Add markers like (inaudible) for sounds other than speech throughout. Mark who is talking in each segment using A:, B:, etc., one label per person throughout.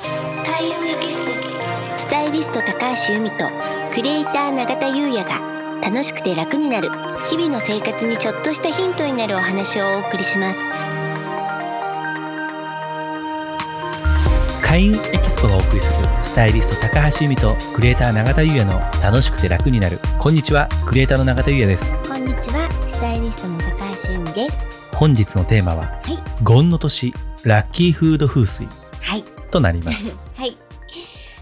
A: 田優也ギススタイリスト高橋由美とクリエイター永田優也が楽しくて楽になる日々の生活にちょっとしたヒントになるお話をお送りします
B: 会員エキスポがお送りするスタイリスト高橋由美とクリエイター永田優也の楽しくて楽になるこんにちはクリエイターの永田優也です
A: こんにちはスタイリストの高橋由美です
B: 本日のテーマは
A: はい
B: ゴンの年ラッキーフード風水
A: はい
B: となります
A: (laughs) はい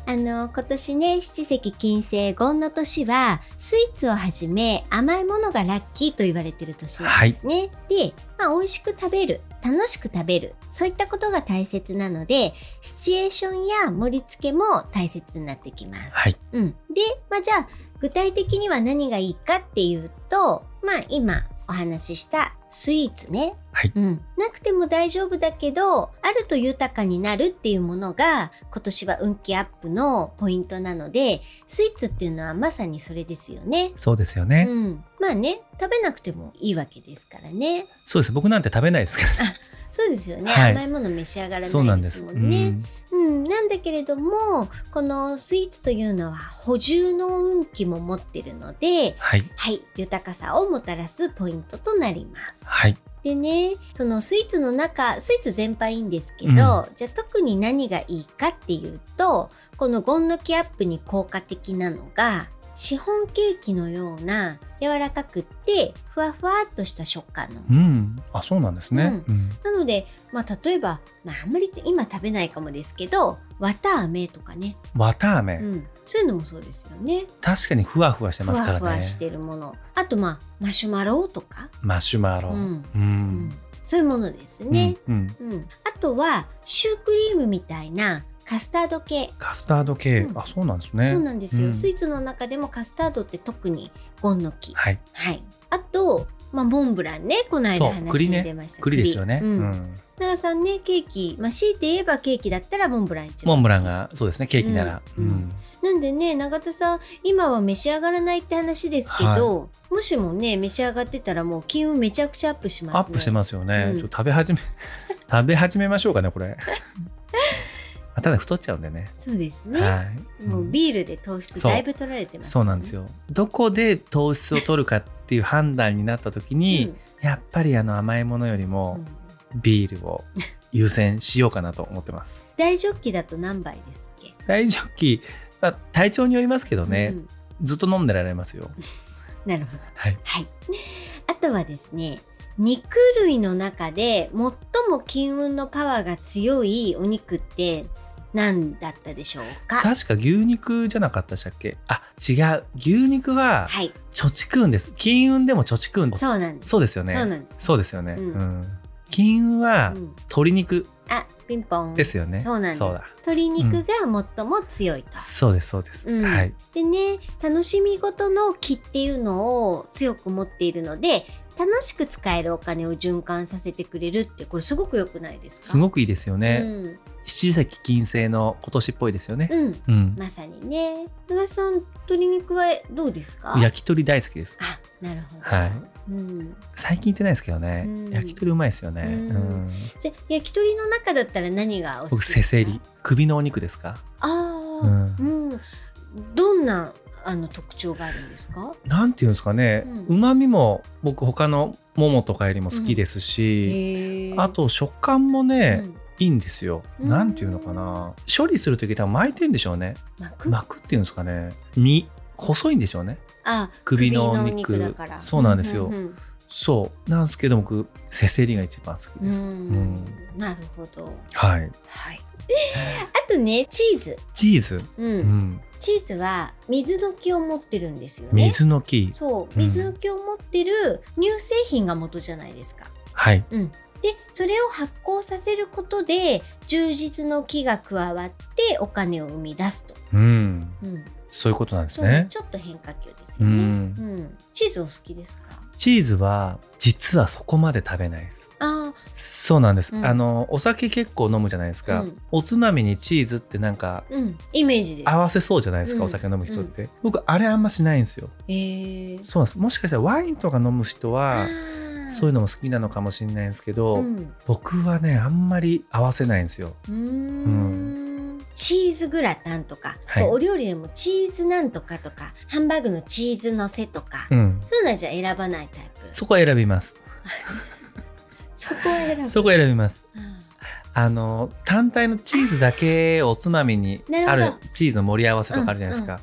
A: あの今年ね七石金星ゴンの年はスイーツをはじめ甘いものがラッキーと言われてる年なんですね、で、まあ、美味しく食べる楽しく食べるそういったことが大切なのでシチュエーションや盛り付けも大切になってきます
B: はい
A: うん。で、まあ、じゃあ、具体的には何がいいかっていうと、まあ、今お話ししたスイーツね。
B: はい
A: うん。なくても大丈夫だけど、あると豊かになるっていうものが、今年は運気アップのポイントなので、スイーツっていうのはまさにそれですよね。
B: そうですよ
A: う
B: ね、
A: ん。まあね、食べなくてもいいわけですからね。
B: そうです僕なんて食べないですからね
A: そうですよね。
B: はい
A: 甘いもの召し上がら
B: そうな
A: なんいで
B: ですす
A: も
B: うん
A: ね。
B: ん
A: うん、なんだけれどもこのスイーツというのは補充の運気も持ってるので、
B: はい
A: はい、豊かさをもたらすポイントとなります。
B: はい
A: でねそのスイーツの中スイーツ全般いいんですけど、
B: うん
A: じゃあ特に何がいいかっていうとこのゴンのキアップに効果的なのがシフォンケーキのような柔らかくってふわふわっとした食感のもの
B: うんあそうなんですね、うん
A: なので、まあ、例えば、まあ、あんまり今食べないかもですけど綿飴とかね
B: 綿飴、
A: うん、そういうのもそうですよね。
B: 確かにふわふわして
A: ふ
B: ま
A: わ
B: すからね
A: ふわしてるもの。あとまあマシュマロとか、
B: マシュマ
A: う
B: ロ、
A: ん
B: う
A: うんん、そういうものですね。
B: うんうん
A: うんあとはシュークリームみたいなカスタード系。
B: カスタード系、
A: うん
B: あそうなんですね
A: そうなんですよ、
B: うん
A: スイーツの中でもカスタードって特にゴンの木。
B: はい
A: はい。あと、まあ、モンブランね、この間
B: そう
A: 話
B: 栗
A: に
B: ね
A: 出ました。
B: 栗ですよね、
A: う
B: うん
A: ん。長、さんね、ケーキ、まあ、強いて言えばケーキだったらモンブラン一番好き。
B: モンブランがそうですねケーキなら、
A: うん
B: うん
A: なんでね永田さん今は召し上がらないって話ですけど、もしもね召し上がってたらもう金運めちゃくちゃアップしますね
B: アップしてますよね、
A: うん
B: ちょっと食べ始め (laughs) 食べ始めましょうかねこれ (laughs) あただ太っちゃうんでね
A: そうですね、
B: はい、
A: もう
B: うん
A: ビールで糖質
B: そう
A: だいぶ取られてます
B: そうなんです
A: よ
B: よどこで糖質を取るかっていう判断になった時
A: ね、
B: に、やっぱりあの甘いものより
A: うんう
B: も
A: ん
B: ビールを優先しようかなと思っ
A: (laughs)
B: てます
A: 大ジョッキだと何杯ですっけ
B: 大丈夫まあ体調によりますけどね
A: う、ん
B: ずっと飲んでられますよ
A: なるほど
B: はい
A: はいあとはですね肉類の中で最も金運のパワーが強いお肉って何だったでしょうか
B: 確か牛肉じゃなかったでしたっけあ違う牛肉は
A: はい
B: 貯蓄運です金運でも貯蓄運です
A: そうなんです
B: そうですよね
A: そうなんです、
B: そうですよね、
A: う
B: うんん金運は
A: うん
B: 鶏肉
A: あピンポン
B: ですよね、
A: そうなんです
B: だ
A: 鶏
B: う
A: 肉
B: ん
A: が最も強いと。
B: そうですそうです、
A: うん
B: はい
A: でね楽しみごとの気っていうのを強く持っているので楽しく使えるお金を循環させてくれるってこれすごく良くないですか
B: す
A: く
B: ごくいいですよね、
A: うん、
B: 七石金星の今年っぽいですよね、
A: うん、
B: うん
A: まさにね長さん鶏肉はどうですか
B: 焼き鳥大好きです
A: あなるほど、
B: はい
A: うん、
B: 最近行ってないですけどね、
A: うん
B: 焼き鳥うまいですよね、
A: うん
B: うん
A: じゃ焼き鳥の中だったら何がお好き
B: 僕
A: ですか
B: せせり首のお肉ですか
A: ああ、う
B: うん
A: どんなあの特徴があるんですか
B: なんていうんですかね
A: う
B: うま、みも僕他のももとかよりも好きですし、
A: へー
B: あと食感もね、
A: うん
B: いいんですよ、
A: うん
B: なんていうのかな処理する時多分巻いてんでしょうね
A: 巻く
B: 巻くっていうんですかね身細いんでしょうね
A: あ
B: 首のお肉
A: 首のおだから
B: そうなんですよ
A: うんうん
B: そうなんですけど僕せせりが一番好き
A: うん
B: です、
A: うんなるほど、
B: はい
A: はい、あとねチーズ、
B: チーズ、
A: うん
B: うん、
A: チーズは水の気を持ってるんですよね
B: 水の木
A: そう
B: うん
A: 水の気を持ってる乳製品が元じゃないですか、
B: はい
A: うん、でそれを発酵させることで充実の気が加わってお金を生み出すと、
B: うん
A: うん、
B: そういうことなんです
A: そういう
B: ね
A: ちょっと変化球です
B: う
A: よね、
B: ん
A: うんチーズお好きですか
B: チーズは実はそこまで食べないです
A: あ
B: そうなんです、
A: うん
B: あのお酒結構飲むじゃないですか、
A: うん
B: おつまみにチーズってなんか
A: ーうんイメージです
B: 合わせそうじゃないです
A: う
B: か、
A: ん
B: お酒飲む人って、僕あれあんましないんですよ
A: えー、
B: そうなんですもしかしたらワインとか飲む人は
A: あー
B: そういうのも好きなのかもしれないんですけど、
A: うん
B: 僕はねあんまり合わせないんですよ
A: うーん
B: ん
A: チーズグラタンとか、
B: はい
A: こうお料理でもチーズなんとかとか、ハンバーグのチーズのせとか、
B: うん。
A: そういうのはじゃあ選ばないタイプ。
B: そこは選びます。
A: そこは選ぶ。
B: そこは選びます。
A: うん
B: あの、単体のチーズだけおつまみに
A: なるほ
B: あ
A: ど
B: るチーズの盛り合わせとかあるじゃないですか。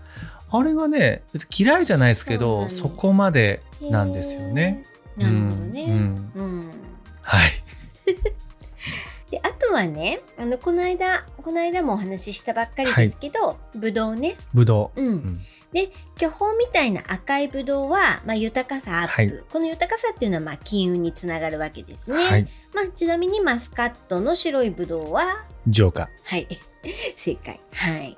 B: あれがね、別に嫌いじゃないですけ
A: そ
B: ど、
A: う
B: そ
A: なの
B: こまでなんですよね。
A: へー。なるほどね。
B: うんうん
A: うん
B: はい。
A: であとはねあのこの間この間もお話ししたばっかりですけど、ぶどうね、
B: ぶどう。
A: うん
B: ん
A: で巨峰みたいな赤いぶどうは、まあ、豊かさアップ、
B: はい
A: この豊かさっていうのは、まあ、金運につながるわけですね、
B: はい。
A: まあ、ちなみにマスカットの白いぶどうは
B: ジョーカ
A: はい (laughs) 正解はい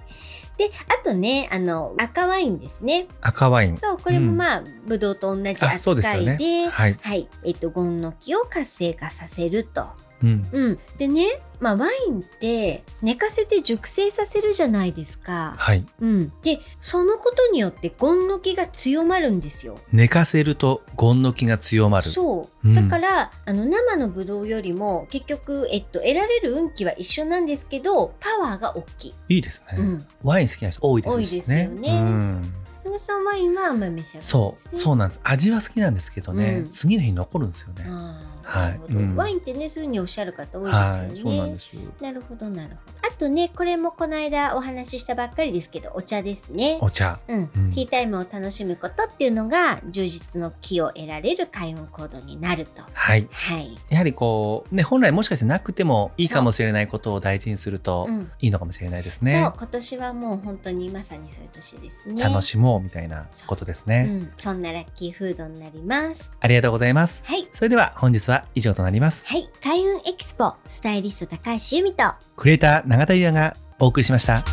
A: であとねあの赤ワインですね
B: ー。赤ワイン。
A: そうこれも
B: うん
A: まあ、ぶどうと同じ
B: あ、そうです
A: 扱
B: よ
A: いで
B: ね。はい。
A: はい、えっと、ゴンの木を活性化させると。
B: うん。
A: うん、でね、まあ、ワインって寝かせて熟成させるじゃないですか。
B: はい。
A: うん、で、そのことによってゴンの木が強まるんですよ。
B: 寝かせるとゴンの気が強まる。
A: そうう、
B: ん
A: だから、あの生のブドウよりも、結局、えっと、得られる運気は一緒なんですけど、パワーが大きい。
B: いいですね、
A: うん、
B: ワイン好きな人多いですね。
A: 多いですよね
B: うん。
A: 長さんワインはあんまり召し上がらない
B: そ
A: ですね。
B: う、そうなんです。味は好きなんですけどね、
A: うん
B: 次の日残るんですよね。
A: あー
B: はい
A: なるほど
B: うん
A: ワインってね、そういうふうにおっしゃる方多いですよね。
B: はい、そうなんです。
A: なるほどなるほど。あとねこれもこの間お話ししたばっかりですけどお茶ですね。
B: お茶。
A: うん、
B: うん
A: ティータイムを楽しむことっていうのが充実の気を得られる開運行動になると。
B: はい。
A: はい。
B: やはりこう、ね、本来もしかしてなくてもいいかもしれないことを大事にすると
A: うん。
B: いいのかもしれないです
A: そ
B: ね
A: う。今年はもう本当にまさにそういう年ですね。
B: 楽しもうみたいなことですね、
A: うん。そんなラッキーフードになります。
B: ありがとうございます。
A: はい。
B: それでは本日は以上となります。
A: はい。開運エキスポスタイリスト高橋由美と
B: クリエイター永田優也がお送りしました。